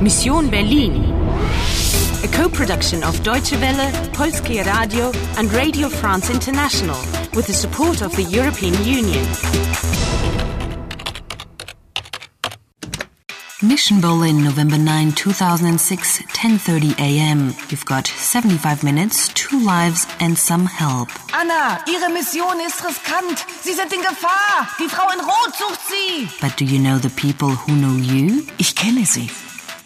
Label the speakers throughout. Speaker 1: Mission Berlin. A co-production of Deutsche Welle, Polskie Radio and Radio France International with the support of the European Union.
Speaker 2: Mission Berlin, November 9, 2006, 10:30 a.m. You've got 75 minutes, two lives and some help.
Speaker 3: Anna, Ihre Mission ist riskant. Sie sind in Gefahr. Die Frau in Rot sucht Sie.
Speaker 2: But do you know the people who know you?
Speaker 4: Ich kenne Sie.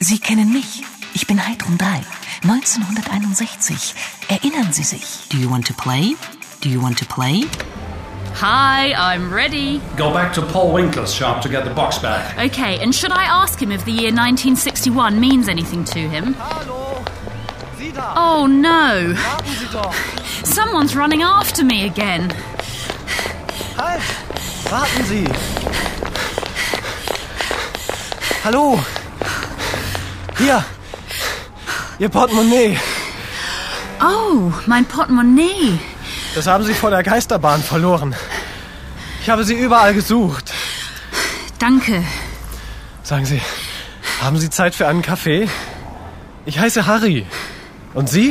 Speaker 4: Sie kennen mich. Ich bin Heidrun 3, 1961. Erinnern Sie sich?
Speaker 2: Do you want to play? Do you want to play?
Speaker 5: Hi, I'm ready.
Speaker 6: Go back to Paul Winkler's shop to get the box back.
Speaker 5: Okay, and should I ask him if the year 1961 means anything to him?
Speaker 7: Hallo! Sie da!
Speaker 5: Oh no!
Speaker 7: Haben Sie doch!
Speaker 5: Someone's running after me again.
Speaker 7: Halt! Warten Sie! Hallo! Hier! Ihr Portemonnaie!
Speaker 5: Oh, mein Portemonnaie.
Speaker 7: Das haben Sie vor der Geisterbahn verloren. Ich habe Sie überall gesucht.
Speaker 5: Danke.
Speaker 7: Sagen Sie, haben Sie Zeit für einen Kaffee? Ich heiße Harry. Und Sie?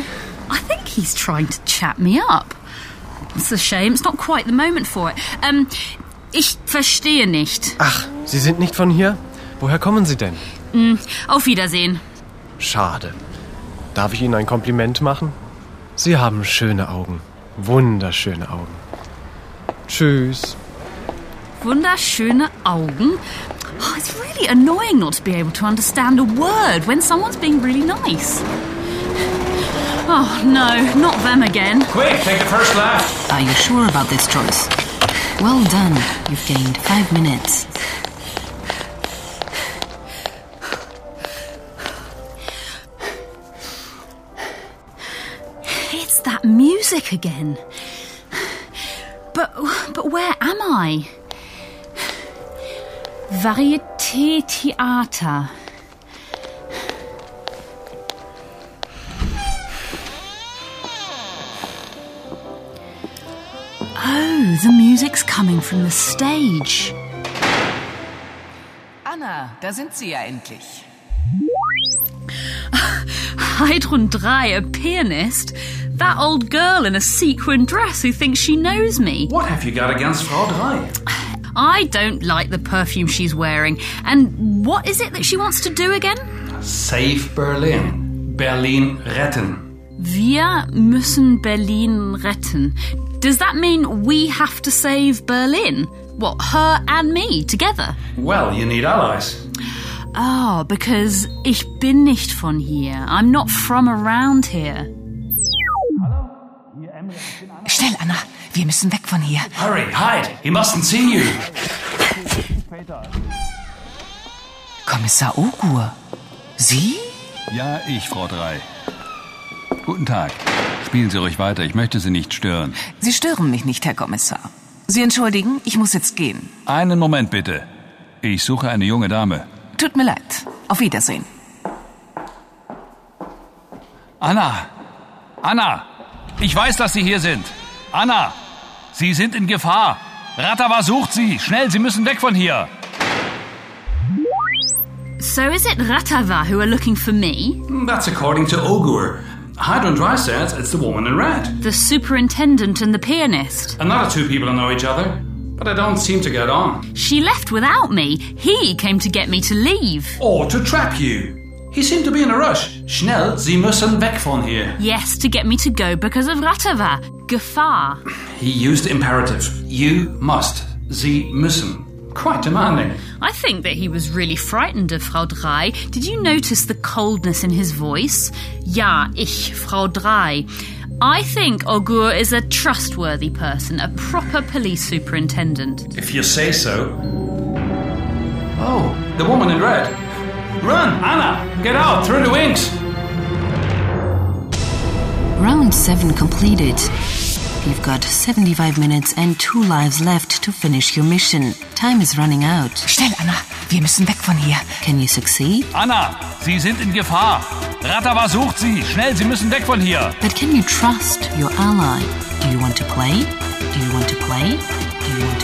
Speaker 5: I think he's trying to chat me up. It's a shame. It's not quite the moment for it. Um, ich verstehe nicht.
Speaker 7: Ach, Sie sind nicht von hier? Woher kommen Sie denn?
Speaker 5: Auf Wiedersehen.
Speaker 7: Schade. Darf ich Ihnen ein Kompliment machen? Sie haben schöne Augen. Wunderschöne Augen. Tschüss.
Speaker 5: Wunderschöne Augen. Oh, it's really annoying not to be able to understand a word when someone's being really nice. Oh no, not them again.
Speaker 6: Quick, take the first left.
Speaker 2: Are you sure about this choice? Well done. You've gained 5 minutes.
Speaker 5: It's that music again. But but where am I? Varieté Theater. Oh, the music's coming from the stage.
Speaker 3: Anna, da sind Sie ja endlich.
Speaker 5: Heidrun 3, a pianist? That old girl in a sequin dress who thinks she knows me.
Speaker 6: What have you got against Frau Drei?
Speaker 5: I don't like the perfume she's wearing. And what is it that she wants to do again?
Speaker 6: Save Berlin. Berlin retten.
Speaker 5: Wir müssen Berlin retten. Does that mean we have to save Berlin? What, her and me together?
Speaker 6: Well, you need allies.
Speaker 5: Oh, because ich bin nicht von hier. I'm not from around here.
Speaker 4: Schnell, Anna. Wir müssen weg von hier.
Speaker 6: Hurry, hide. He mustn't see you.
Speaker 4: Kommissar Ogur. Sie?
Speaker 8: Ja, Äh, ich, Frau Drei. Guten Tag. Spielen Sie ruhig weiter, ich möchte Sie nicht stören.
Speaker 4: Sie stören mich nicht, Herr Kommissar. Sie entschuldigen, ich muss jetzt gehen.
Speaker 8: Einen Moment bitte. Ich suche eine junge Dame.
Speaker 4: Tut mir leid. Auf Wiedersehen.
Speaker 8: Anna! Anna! Ich weiß, dass Sie hier sind. Anna! Sie sind in Gefahr. Ratawa sucht Sie. Schnell, Sie müssen weg von hier.
Speaker 5: So is it Ratava who are looking for me?
Speaker 6: Hmm, That's according to Ogur. Hydron Dry says it's the woman in red.
Speaker 5: The superintendent and the pianist?
Speaker 6: Another two people know each other, but they don't seem to get on.
Speaker 5: She left without me. He came to get me to leave.
Speaker 6: Or to trap you. He seemed to be in a rush. Schnell, Sie müssen weg von hier.
Speaker 5: Yes, to get me to go because of Ratava. Gefahr.
Speaker 6: He used imperative. You must. Sie müssen. Quite demanding.
Speaker 5: I think that he was really frightened of Frau Drei. Did you notice the coldness in his voice? Ja, ich, Frau Drei. I think Ogur is a trustworthy person, a proper police superintendent.
Speaker 6: If you say so. Oh, the woman in red. Run, Anna! Get out through the wings!
Speaker 2: Round 7 completed. You've got 75 minutes and 2 lives left to finish your mission. Time is running out.
Speaker 4: Schnell, Anna. Wir müssen weg von hier.
Speaker 2: Can you succeed?
Speaker 8: Anna! Sie sind in Gefahr. Ratawa sucht Sie. Schnell, Sie müssen weg von hier.
Speaker 2: But can you trust your ally? Do you want to play? Do you want to play? Do you want to